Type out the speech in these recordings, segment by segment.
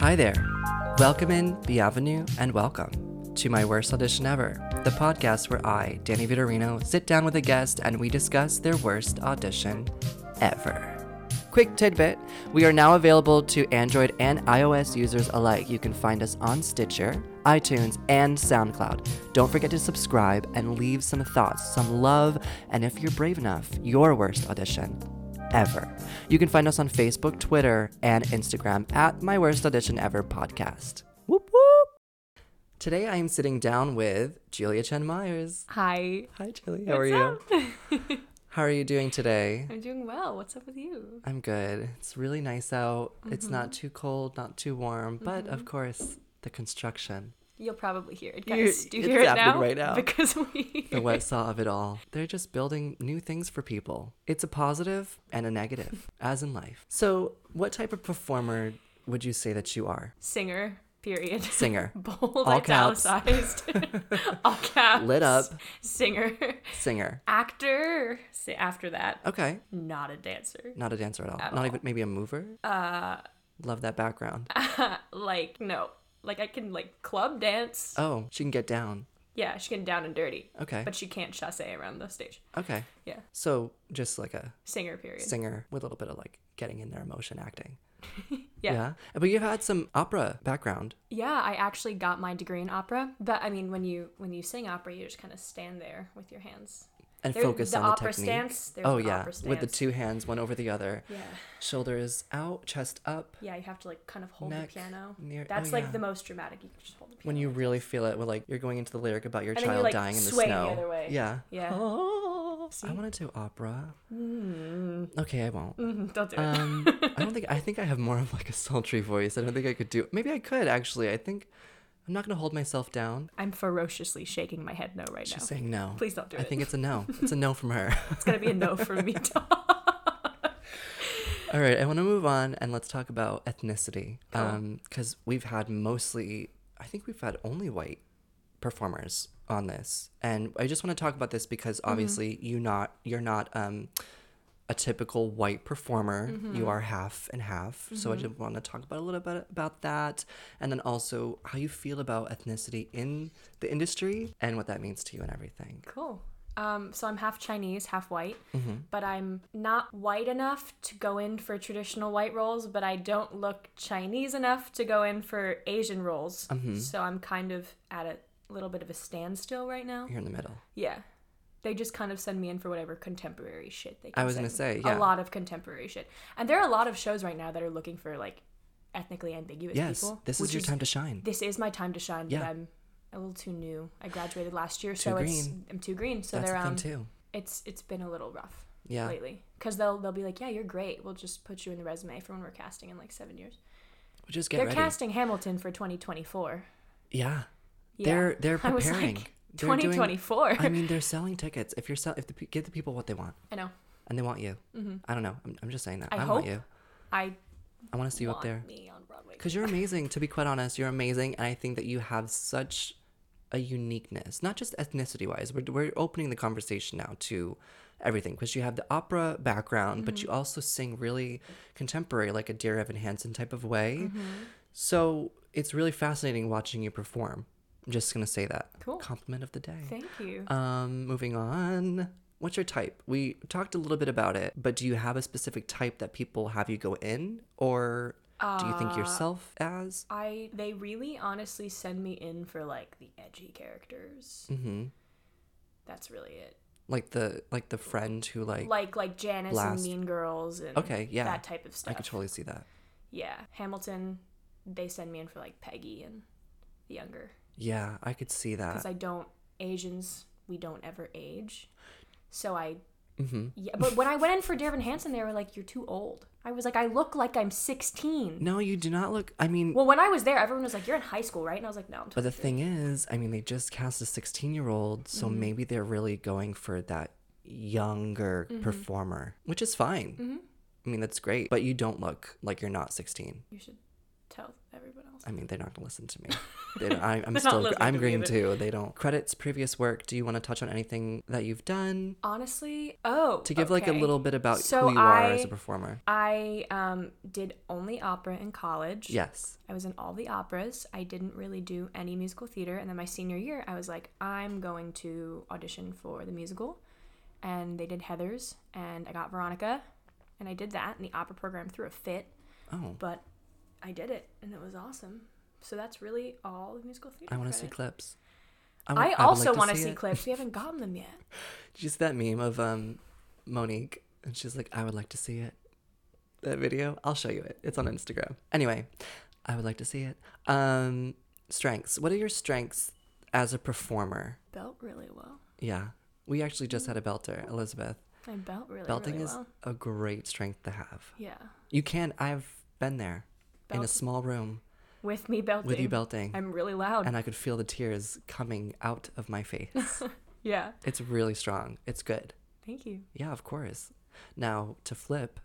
Hi there. Welcome in bienvenue and welcome to My Worst Audition Ever, the podcast where I, Danny Vitorino, sit down with a guest and we discuss their worst audition ever. Quick tidbit we are now available to Android and iOS users alike. You can find us on Stitcher, iTunes, and SoundCloud. Don't forget to subscribe and leave some thoughts, some love, and if you're brave enough, your worst audition ever. You can find us on Facebook, Twitter, and Instagram at My Worst Audition Ever Podcast. Whoop whoop. Today I am sitting down with Julia Chen Myers. Hi. Hi, Julie. How are you? How are you doing today? I'm doing well. What's up with you? I'm good. It's really nice out. It's not too cold, not too warm, but of course, the construction, You'll probably hear it, You- guys. Do you it's hear it happening now? right now. Because we. the wet saw of it all. They're just building new things for people. It's a positive and a negative, as in life. So, what type of performer would you say that you are? Singer, period. Singer. Bold, All caps. italicized. All caps. Lit up. Singer. Singer. Actor. Say after that. Okay. Not a dancer. Not a dancer at all. At Not all. even maybe a mover. Uh love that background. Like, no. Like, I can, like, club dance. Oh, she can get down. yeah, she can down and dirty. Okay. But she can't chasse around the stage. Okay. Yeah. So just like a Singer, period. singer with a little bit of like getting in their emotion acting. Yeah. But you've had some opera background. Yeah, I actually got my degree in opera, but I mean, when you when you sing opera, you just kind of stand there with your hands. And There- focus the on the opera technique. stance, there's oh an yeah, opera with the stance. two hands, one over the other. Yeah, Shoulders out, chest up. yeah, you have to like kind of hold Neck the piano. near- That's oh, like yeah. the most dramatic. You can just hold the piano. When you really feel it, with like you're going into the lyric about your And then you, child like, dying in the sway the snow. other way. Yeah. Yeah. Oh, I want to do opera. Okay, I won't. Mm, Mm-hmm. Don't do it. Um, I don't think I think I have more of like a sultry voice. I don't think I could do. Maybe I could actually. I think I'm not gonna hold myself down. I'm ferociously shaking my head no right She's now. saying no. Please don't do I it. think it's a no. It's a no from her. It's gonna be a no for me. All right, I want to move on and let's talk about ethnicity. Oh. Um, because we've had mostly, I think we've had only white performers on this, and I just want to talk about this because Mm-hmm. obviously you not you're not um a typical white performer. Mm-hmm. You are half and half. So I just want to talk about a little bit about that, and then also how you feel about ethnicity in the industry and what that means to you and everything. Cool. Um, so I'm half Chinese, half white, Mm-hmm. but I'm not white enough to go in for traditional white roles, but I don't look Chinese enough to go in for Asian roles. Mm-hmm. So I'm kind of at a little bit of a standstill right now. You're in the middle. Yeah. They just kind of send me in for whatever contemporary shit they can I was gonna send me. say, yeah. A lot of contemporary shit. And there are a lot of shows right now that are looking for like ethnically ambiguous Yes, people. this which is your time to shine. this is my time to shine, Yeah. but I'm a little too new. I graduated last year, so it's green. I'm too green. So That's they're the um, thing too. it's it's been a little rough Yeah. lately because they'll they'll be like, yeah, you're great. We'll just put you in the resume for when we're casting in like seven years. Just get they're ready. casting Hamilton for 2024. Yeah. Yeah. They're they're I was preparing. They're like, doing- 2024. I mean, they're selling tickets. If you're sell, if the pe- give the people what they want, I know. and they want you. I don't know. I'm, I'm just saying that. I, Mm-hmm. I want hope you. I I want to see you up want there me on Broadway. because you're amazing. to be quite honest, you're amazing, and I think that you have such a uniqueness, not just ethnicity wise. We're we're opening the conversation now to everything because you have the opera background, Mm-hmm. but you also sing really contemporary, like a Dear Evan Hansen type of way. Mm-hmm. So it's really fascinating watching you perform. I'm just gonna say that. Cool. Compliment of the day. Thank you. Um, moving on. What's your type? We talked a little bit about it, but do you have a specific type that people have you go in, or do you Uh, think yourself as? I they really honestly send me in for like the edgy characters. hmm That's really it. Like the like the friend who like, Like like Janice Blast. and Mean Girls and Okay, yeah. that type of stuff. I could totally see that. yeah, Hamilton. They send me in for like Peggy and the younger Yeah, I could see that. because I don't Asians we don't ever age, so I. Mhm. Yeah, but when I went in for Darren Hansen, they were like, "You're too old." I was like, "I look like I'm 16." No, you do not look. I mean, Well, when I was there, everyone was like, "You're in high school, right?" And I was like, "No, I'm." but the 23." thing is, I mean, they just cast a sixteen-year-old, so Mm-hmm. maybe they're really going for that younger Mm-hmm. performer, which is fine. I mean, that's great, but you don't look like you're not sixteen. you should tell everyone else. I mean, they're not gonna listen to me. They don't, I, I'm not still listening I'm to me green either. too. They don't credits previous work. Do you want to touch on anything that you've done Honestly, oh, to give like a okay. little bit about So who you are as I- a performer? I um did only opera in college. Yes. I was in all the operas. I didn't really do any musical theater. And then my senior year, I was like, I'm going to audition for the musical. And they did Heather's, and I got Veronica, and I did that. And the opera program threw a fit, Oh, but I did it, and it was awesome. So that's really all the musical theater. I want to see credit. clips. I, wa- would also like want to see, it. clips. We haven't gotten them yet. Did you see that meme of um Monique and she's like, I would like to see it. That video. I'll show you it. It's on Instagram. Anyway, I would like to see it. Um strengths. What are your strengths as a performer? Belt really well. Yeah. We actually just had a belter, Elizabeth. I belt really, Belting really is well. a great strength to have. Yeah. You can I've been there in a Belt- small room With me belting. with you belting I'm really loud. and I could feel the tears coming out of my face. yeah. it's really strong. It's good. Thank you. Yeah, of course. Now to flip,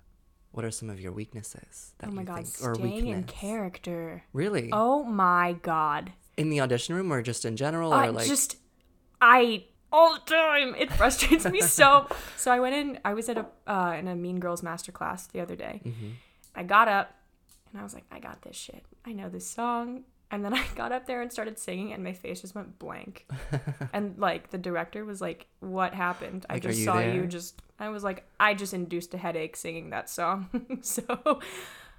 what are some of your weaknesses that oh my you god, think or staying in weakness? character. Really? Oh my god. In the audition room or just in general I or like just I all the time. It frustrates me so. So I went in I was at a uh, in a Mean Girls masterclass the other day. Mm-hmm. I got up and I was like, I got this shit. I know this song. And then I got up there and started singing and my face just went blank. and like the director was like, "What happened? I Like, are just you saw there?" you just I was like, I just induced a headache singing that song." so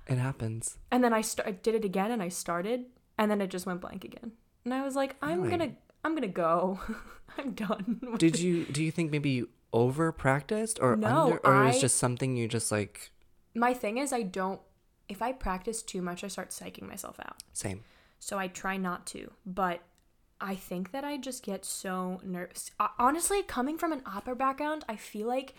it happens. And then I, st- I did it again and I started and then it just went blank again. And I was like, I'm Really? gonna I'm gonna go. I'm done. with Did you do you think maybe you over practiced or No, under or it was I- just something you just like it." My thing is I don't if I practice too much, I start psyching myself out. same. So I try not to, but I think that I just get so nervous. Uh, Honestly, coming from an opera background, I feel like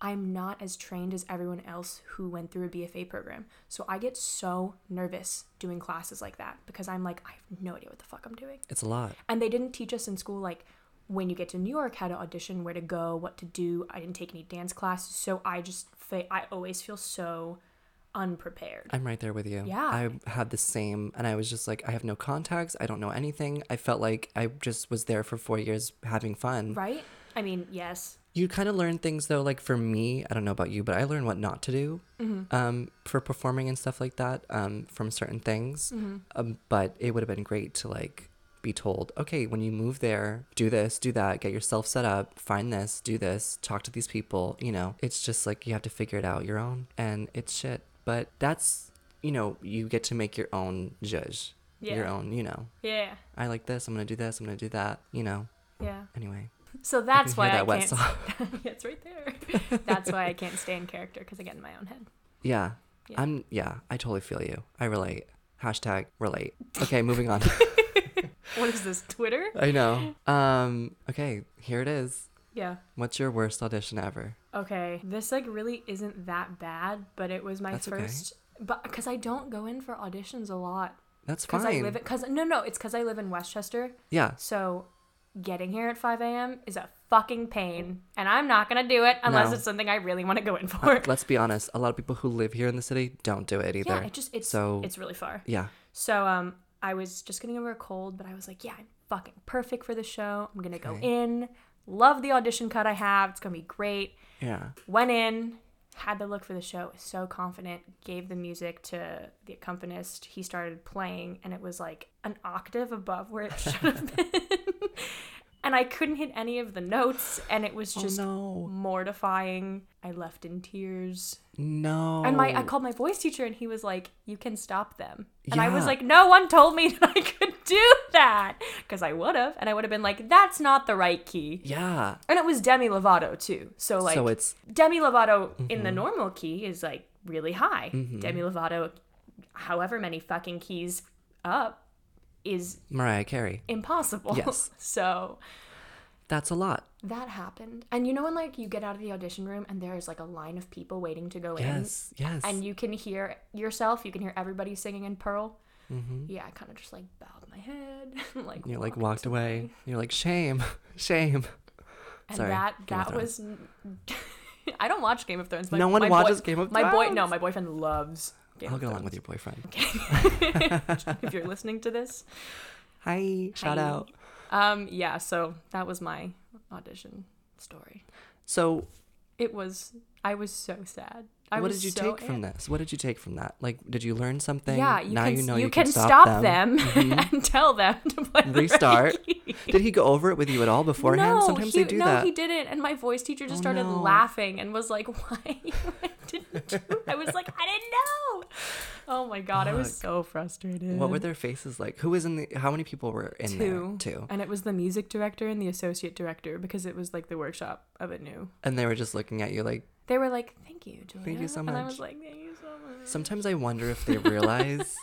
I'm not as trained as everyone else who went through a BFA program. So I get so nervous doing classes like that because I'm like, I have no idea what the fuck I'm doing. It's a lot. and they didn't teach us in school like when you get to new york how to audition where to go what to do i didn't take any dance classes so i just fa- i always feel so unprepared I'm right there with you. Yeah. I had the same and I was just like I have no contacts, I don't know anything. I felt like I just was there for 4 years having fun. right i mean yes you kind of learn things though like for me i don't know about you but i learn what not to do Mm-hmm. um, for performing and stuff like that um, from certain things Mm-hmm. um, but it would have been great to like be told okay when you move there do this do that get yourself set up find this do this talk to these people you know it's just like you have to figure it out your own and it's shit but that's you know you get to make your own judge your Yeah. own you know yeah i like this i'm gonna do this i'm gonna do that you know yeah anyway so that's you can why hear i that wet can't sock. it's right there that's why i can't stay in character because i get in my own head Yeah. Yeah. I'm yeah, I totally feel you. I relate. Hashtag relate. Okay, moving on. what is this twitter I know. Um, okay, here it is. yeah What's your worst audition ever? okay this like really isn't that bad but it was my That's okay. first but because i don't go in for auditions a lot That's because fine. i live because no no it's because i live in westchester yeah. So getting here at 5 a.m. is a fucking pain, and I'm not gonna do it unless No. it's something I really want to go in for. Let's be honest, a lot of people who live here in the city don't do it either. yeah, it just it's So- it's really far. yeah. So um, I was just getting over a cold, but I was like, yeah, I'm fucking perfect for the show. I'm gonna go in. Love the audition cut I have. It's gonna be great. Yeah. Went in. Had the look for the show, was so confident, gave the music to the accompanist. He started playing, and it was like an octave above where it should have been. and I couldn't hit any of the notes, and it was just Oh, no. mortifying. I left in tears. No. And my I called my voice teacher and he was like, "You can stop them." And I was Yeah. like, "No one told me that I could do that because I would have." And I would have been like, "That's not the right key." Yeah. And it was Demi Lovato too. So like so it's Demi Lovato in Mm-hmm. the normal key is like really high. Demi Lovato however many fucking keys up is Mariah Carey. impossible. Yes. so That's a lot. that happened. And you know when like you get out of the audition room and there's like a line of people waiting to go in Yes. Yes. and you can hear yourself. You can hear everybody singing in Pearl. Yeah, I kind of just like bowed my head, and, like Mm-hmm. you're like walked walked. away. You're like shame, shame. and Sorry, that Game of that was. I don't watch Game of Thrones. My, No one my watches boy- Game of My boy, no, Thrones. my boyfriend loves Game I'll of get along Thrones. with your boyfriend. if you're listening to this. Hi, shout Hi. out. Um, yeah, so that was my audition story. So, It was I was so sad. I what was did you so take from this? What did you take from that? Like, did you learn something? Yeah, you now can, you know you you can, stop, them. Mm-hmm. them, and tell them to play the Restart. right Did he go over it with you at all beforehand? No, Sometimes he, they do no, that. he didn't. And my voice teacher just Oh, started no. laughing and was like, "Why you didn't?" do-" I was like, "I didn't know." Oh my god, I was Fuck. so frustrated. What were their faces like? Who was in the? How many people were in two? there? Two. and it was the music director and the associate director because it was like the workshop of it new. And they were just looking at you like. They were like, "Thank you, Julia," you so and I much. was like, "Thank you so much." Sometimes I wonder if they realize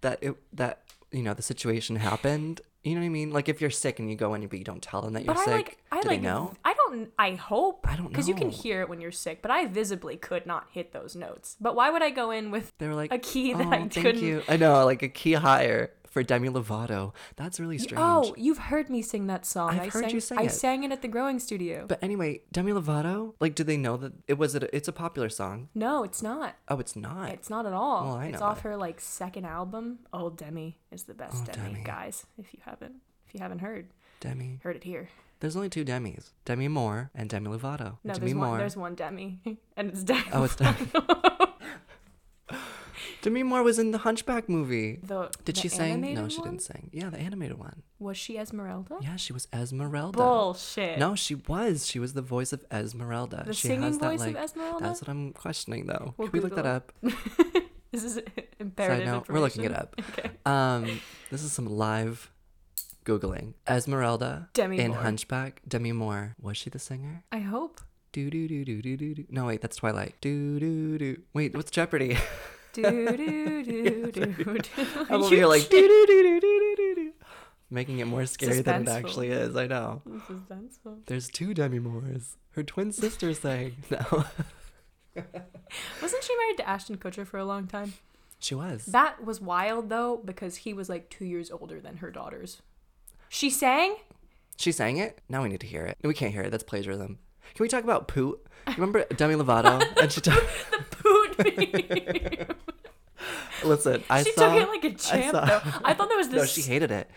that it that you know the situation happened. You know what I mean? Like if you're sick and you go in but you don't tell them that you're But I sick, like, I do like, they know? I don't. I hope I don't because you can know. hear it when you're sick. But I visibly could not hit those notes. But why would I go in with They were like a key oh, that I thank couldn't? you. I know, like a key higher for Demi Lovato. That's really strange. Oh, you've heard me sing that song. I've I heard sang, you sing I it. sang it at the growing studio. But anyway, Demi Lovato. Like, do they know that it was? A, it's a popular song. no, it's not. Oh, it's not. It's not at all. Well, I it's know off it. her like second album. Old Demi is the best Oh, Demi, Demi. guys. If you haven't, if you haven't heard, Demi. heard it here. There's only two Demis. Demi Moore and Demi Lovato. No, Demi there's one. Moore. There's one Demi, and it's Demi. Oh, it's Demi. Demi Moore was in the Hunchback movie. the Did the she sing? animated No, she one? didn't sing. Yeah, the animated one. Was she Esmeralda? Yeah, she was Esmeralda. Bullshit. No, she was. She was the voice of Esmeralda. The she singing has that, voice of like, Esmeralda? That's what I'm questioning, though. We'll Can we look Google that up? this is Side imperative. note, we're looking it information. up. Um, this is some live googling. Esmeralda Demi in Moore. Hunchback. Demi Moore. Was she the singer? I hope. Do do do do do do do. No, wait, that's Twilight. Do do do. Wait, what's Jeopardy? Do do do do do. I'm over here like do do do do do do do. Making it more scary than it Suspenseful. actually is. I know. This is sensible. There's two Demi Moores. Her twin sister sang. No, Wasn't she married to Ashton Kutcher for a long time? she was. That was wild though, because he was like two years older than her daughters. She sang? She sang it. Now we need to hear it. No, we can't hear it. That's plagiarism. Can we talk about Poot? Remember Demi Lovato? and she talked. The poot meme. Listen, I she saw. took it like a champ saw- though. I thought that was this no, she hated it.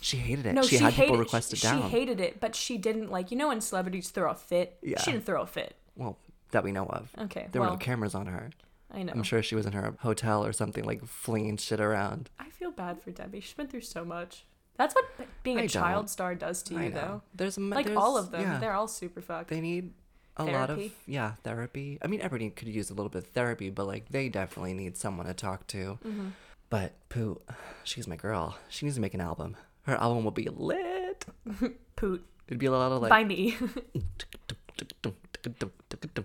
She hated it. No, she, had people hated- request it she- down. She hated it, but she didn't like you know when celebrities throw a fit? Yeah. She didn't throw a fit. well, that we know of. Okay. There well, were no cameras on her. I know. I'm sure she was in her hotel or something, like flinging shit around. I feel bad for Debbie. She's been through so much. That's what b- being a I child don't. star does to I you, know. though. There's m- Like there's- all of them, yeah. they're all super fucked. they need a lot of Therapy. yeah therapy i mean everybody could use a little bit of therapy but like they definitely need someone to talk to Mm-hmm. but poo she's my girl she needs to make an album her album will be lit Poot it'd be a lot of like by me.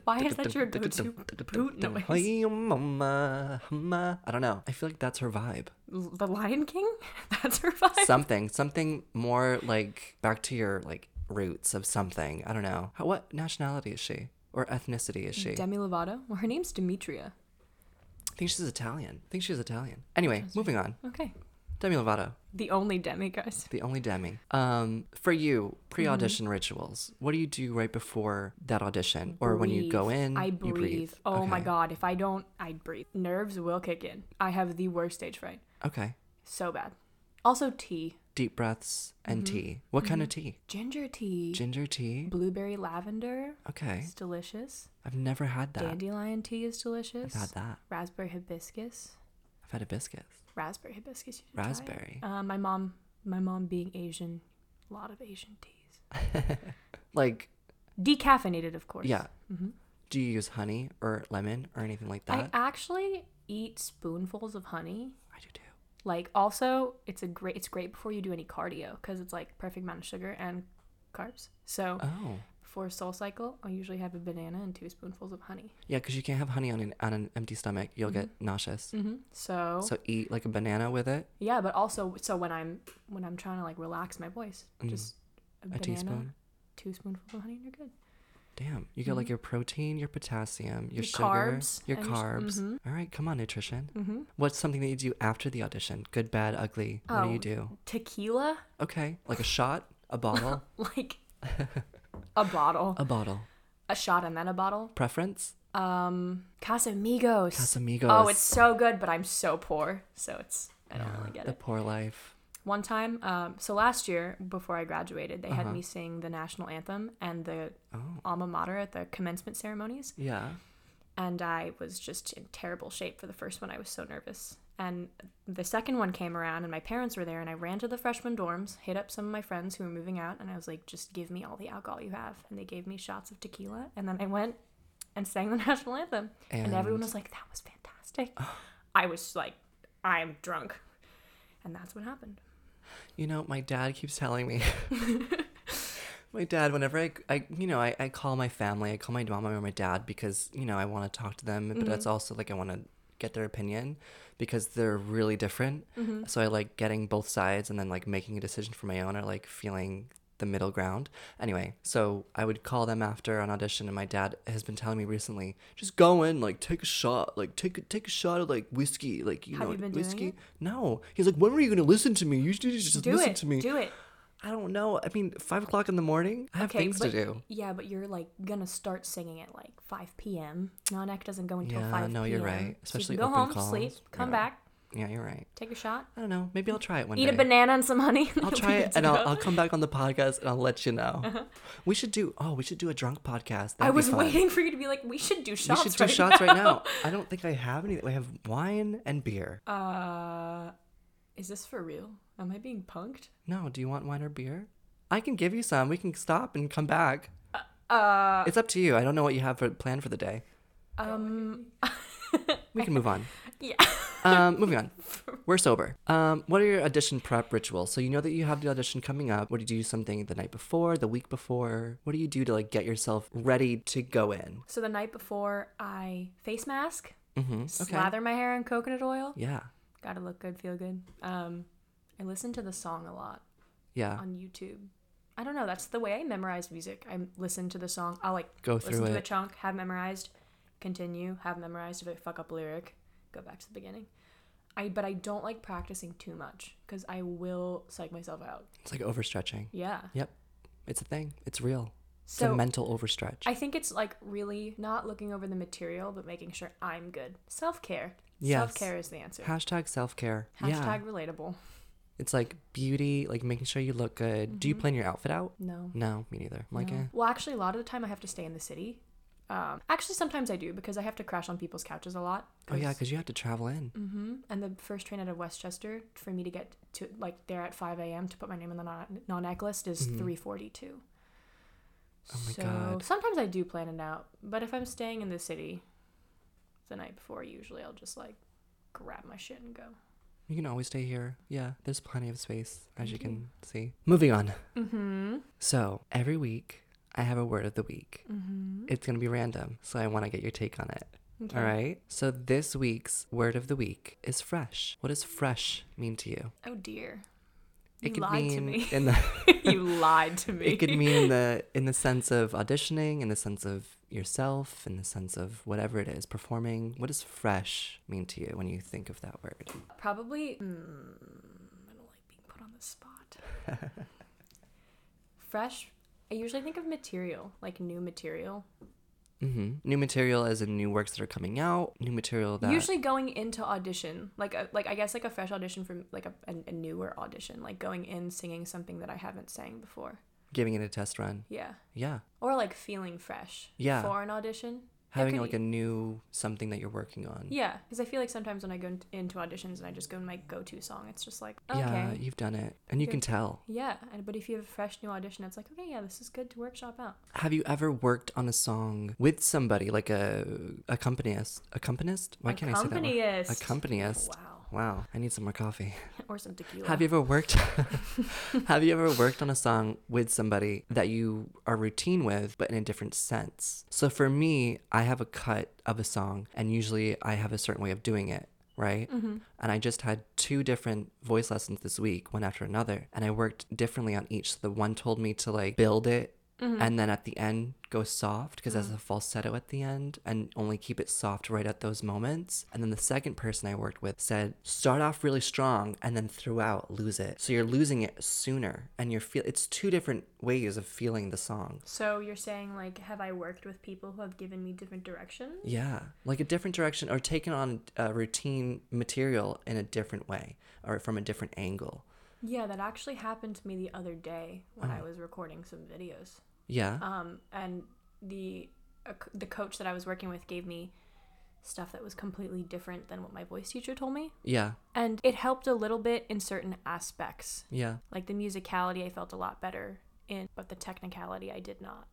Why is that your go-to poot noise? Hey, mama, mama. I don't know. I feel like that's her vibe. L- the Lion King? That's her vibe. Something, something more like back to your like roots of something. I don't know. How, what nationality is she or ethnicity is she? Demi Lovato? Well, her name's Demetria. I think she's Italian. I think she's Italian. Anyway, moving on. Okay. Demi Lovato, The only Demi, guys. the only Demi. Um, for you, Mm-hmm. pre-audition rituals. What do you do right before that audition, or when you go Breathe. in? I you breathe. Oh my Okay. god, if I don't, I breathe. Nerves will kick in. I have the worst stage fright. Okay. So bad. Also, tea. Deep breaths and Mm-hmm. tea. What kind of tea? Ginger tea. Ginger tea. Blueberry lavender. Okay. It's delicious. I've never had that. Dandelion tea is delicious. I've had that. Raspberry hibiscus. I've had hibiscus. Raspberry hibiscus. You should try it. Raspberry. Uh, my mom, my mom being Asian, a lot of Asian teas. Like, Decaffeinated, of course. yeah. Do you use honey or lemon or anything like Mm-hmm. I that? actually eat spoonfuls of honey. I do too. Like also, it's a great. It's great before you do any cardio because it's like perfect amount of sugar and carbs. So Oh. before Soul Cycle, I usually have a banana and two spoonfuls of honey. Yeah, because you can't have honey on an, on an empty stomach. You'll get Mm-hmm. nauseous. So, So eat like a banana with it. yeah, but also so when I'm when I'm trying to like relax my voice, just a, banana, teaspoon? two spoonfuls of honey, and you're good. Damn, you get like your protein, your potassium, your, Mm-hmm. Your sugar, carbs your and- mm-hmm. carbs. All right, come on, nutrition. What's something that you do after the audition? Good, bad, ugly. What do you Oh. do? Tequila, Okay, like a shot, a bottle, like a bottle, a bottle. a shot and then a bottle. Preference? Um, Casamigos. Casamigos. Oh, it's so good, but I'm so poor, so it's I don't really get the it. poor life. One time, um, so last year before I graduated, they had me sing the national anthem and the alma mater at the commencement ceremonies, Oh, Yeah. and I was just in terrible shape for the first one. I was so nervous. And the second one came around, and my parents were there, and I ran to the freshman dorms, hit up some of my friends who were moving out, and I was like, just give me all the alcohol you have. And they gave me shots of tequila, and then I went and sang the national anthem. And, everyone was like, that was fantastic. I was like, I'm drunk. And that's what happened. You know, my dad keeps telling me. my dad, whenever I, I you know, I, I call my family, I call my mom or my dad because, you know, I want to talk to them, Mm-hmm. but it's also like I want to get their opinion because they're really different. Mm-hmm. So I like getting both sides and then like making a decision for my own or like feeling the middle ground. Anyway, so I would call them after an audition and my dad has been telling me recently, just go in, like take a shot, like take a take a shot of like whiskey, like you Have know you been doing whiskey. it? No. He's like, when were you gonna listen to me? You should just Do listen it. to me. Do it. I don't know. I mean, five o'clock in the morning. I have things but, to do. Yeah, but you're like gonna start singing at like 5 p.m. Nonak doesn't go until Yeah, 5 no, p.m. you're right. so Especially you can go open home, calls. sleep, come Yeah. back, Yeah, you're right. take a shot, I don't know. Maybe I'll try it one eat day. a banana and some honey. I'll try it, and I'll, I'll come back on the podcast, and I'll let you know. We should do. Oh, we should do a drunk podcast. That'd Uh-huh. I be was fun. waiting for you to be like, we should do We shots. should do right shots right now. I don't think I have any. We have wine and beer. now. Uh, is this for real? Am I being punked? No, do you want wine or beer? I can give you some. We can stop and come back. Uh, It's up to you. I don't know what you have for planned for the day. um, We can move on. yeah. um, moving on. We're sober. Um, what are your audition prep rituals? So you know that you have the audition coming up. What do you do something the night before, the week before? What do you do to like get yourself ready to go in? So the night before, I face mask, Mm-hmm. slather my hair in coconut oil. Yeah. Gotta look good, feel good. Um, I listen to the song a lot Yeah. on YouTube. I don't know. That's the way I memorize music. I listen to the song. I'll like Go listen through to a it. chunk, have memorized, continue, have memorized. If I fuck up a lyric, go back to the beginning. I but I don't like practicing too much because I will psych myself out. It's like overstretching. Yeah. Yep. It's a thing. It's real. It's So a mental overstretch. I think it's like really not looking over the material, but making sure I'm good. Self care. Yes. Self care is the answer. Hashtag self care. Hashtag Yeah. relatable. It's like beauty, like making sure you look good. Do you plan your outfit out? No. No, me neither. I'm like, Mm-hmm. No. eh. Well, actually, a lot of the time I have to stay in the city. Um, actually, sometimes I do because I have to crash on people's couches a lot. Oh, yeah, because you have to travel in. hmm And the first train out of Westchester for me to get to like there at 5 a.m. to put my name on the non- non-act list is 3:42. Mm-hmm. Oh my so God. sometimes I do plan it out, but if I'm staying in the city the night before, usually I'll just like grab my shit and go. You can always stay here. Yeah, there's plenty of space, as you can see. Moving on. Mm-hmm. So, every week, I have a word of the week. It's going to be random, so I want to get your take on it. Mm-hmm. Okay. All right? So, this week's word of the week is fresh. What does fresh mean to you? Oh dear. It You could lied mean to me. in the you lied to me. it could mean in the in the sense of auditioning, in the sense of yourself, in the sense of whatever it is, performing. What does fresh mean to you when you think of that word? Probably. Mm, I don't like being put on the spot. Fresh. I usually think of material, like new material. hmm New material as in new works that are coming out, new material that Usually going into audition, like a, like I guess like a fresh audition from like a, a, a newer audition, like going in singing something that I haven't sang before. giving it a test run. Yeah. Yeah. Or like feeling fresh. Yeah. For an audition. That Having could like be- a new something that you're working on. Yeah, because I feel like sometimes when I go in- into auditions and I just go in my go-to song, it's just like okay. Yeah, Yeah. you've done it. And you Good. can tell. and but if you have a fresh new audition, it's like okay, yeah, this is good to workshop out. Have you ever worked on a song with somebody, like a accompanist? Accompanist? Why can't I say that? word? Accompanist. Accompanist. Oh, Wow. Wow. I need some more coffee. or some tequila. Have you ever worked Have you ever worked on a song with somebody that you are routine with but in a different sense? So for me, I have a cut of a song and usually I have a certain way of doing it, right? And I just had two different voice lessons this week, one after another, and I worked differently on each. So the one told me to like build it Mm-hmm. and then at the end go soft because there's a falsetto at the end and only keep it soft right at those moments. And then the second person I worked with said, start off really strong and then throughout lose it. So you're losing it sooner and you're feel it's two different ways of feeling the song. So you're saying like, have I worked with people who have given me different directions? Yeah, like a different direction or taken on uh, routine material in a different way or from a different angle. Yeah, that actually happened to me the other day when Uh-huh. I was recording some videos. Yeah. Um, and the a c the coach that I was working with gave me stuff that was completely different than what my voice teacher told me, yeah. and it helped a little bit in certain aspects. Yeah. Like the musicality, I felt a lot better in, but the technicality, I did not.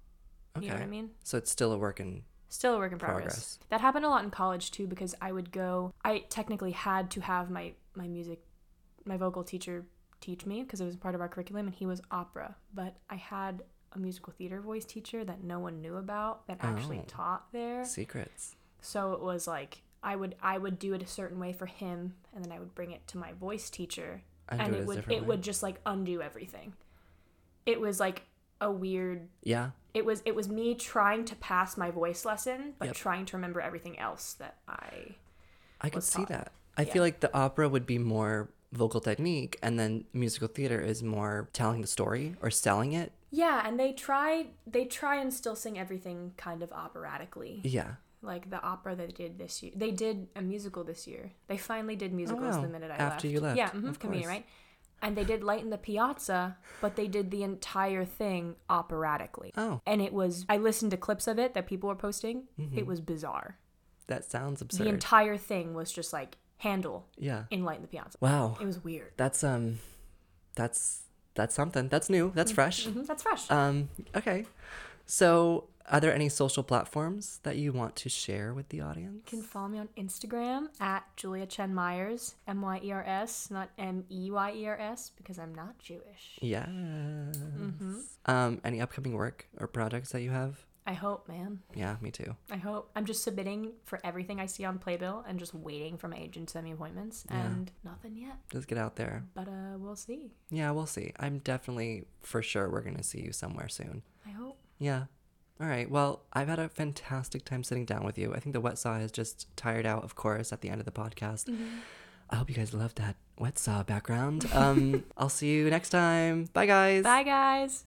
Okay. You know what I mean? So it's still a work in Still a work in progress. Progress. That happened a lot in college too because I would go. I technically had to have my my music, my vocal teacher teach me because it was part of our curriculum, and he was opera. But I had a musical theater voice teacher that no one knew about that actually Oh. taught there. secrets. So it was like I would I would do it a certain way for him, and then I would bring it to my voice teacher, And and do it it a would different it way. would just like undo everything. It was like a weird Yeah. it was it was me trying to pass my voice lesson but Yep. trying to remember everything else that i I could was see taught. that. I feel like the opera would be more vocal technique and then musical theater is more telling the story or selling it. yeah and they try they try and still sing everything kind of operatically Yeah. like the opera they did this year they did a musical this year they finally did musicals Oh, wow. the minute i After you left. yeah mhm, Of comedian course. right and they did lighten the piazza but they did the entire thing operatically Oh. and it was i listened to clips of it that people were posting Mm-hmm. it was bizarre That sounds the absurd. entire thing was just like handle yeah. in lighten the piazza Wow. it was weird That's um that's that's something. That's new. That's fresh. Mhm, That's fresh. Um okay. So are there any social platforms that you want to share with the audience? you can follow me on Instagram at Julia Chen Myers, M Y E R S, not M E Y E R S, because I'm not Jewish. Yes. Mm-hmm. Um, any upcoming work or projects that you have? I hope, man. Yeah, me too. I hope. I'm just submitting for everything I see on Playbill and just waiting for my agent to send me appointments and nothing yet. Just get out there. But uh, we'll see. Yeah, we'll see. I'm definitely for sure we're gonna see you somewhere soon. I hope. Yeah. All right. Well, I've had a fantastic time sitting down with you. I think the wet saw is just tired out, of course, at the end of the podcast. I hope you guys love that wet saw background. Um, I'll see you next time. Bye, guys. Bye, guys.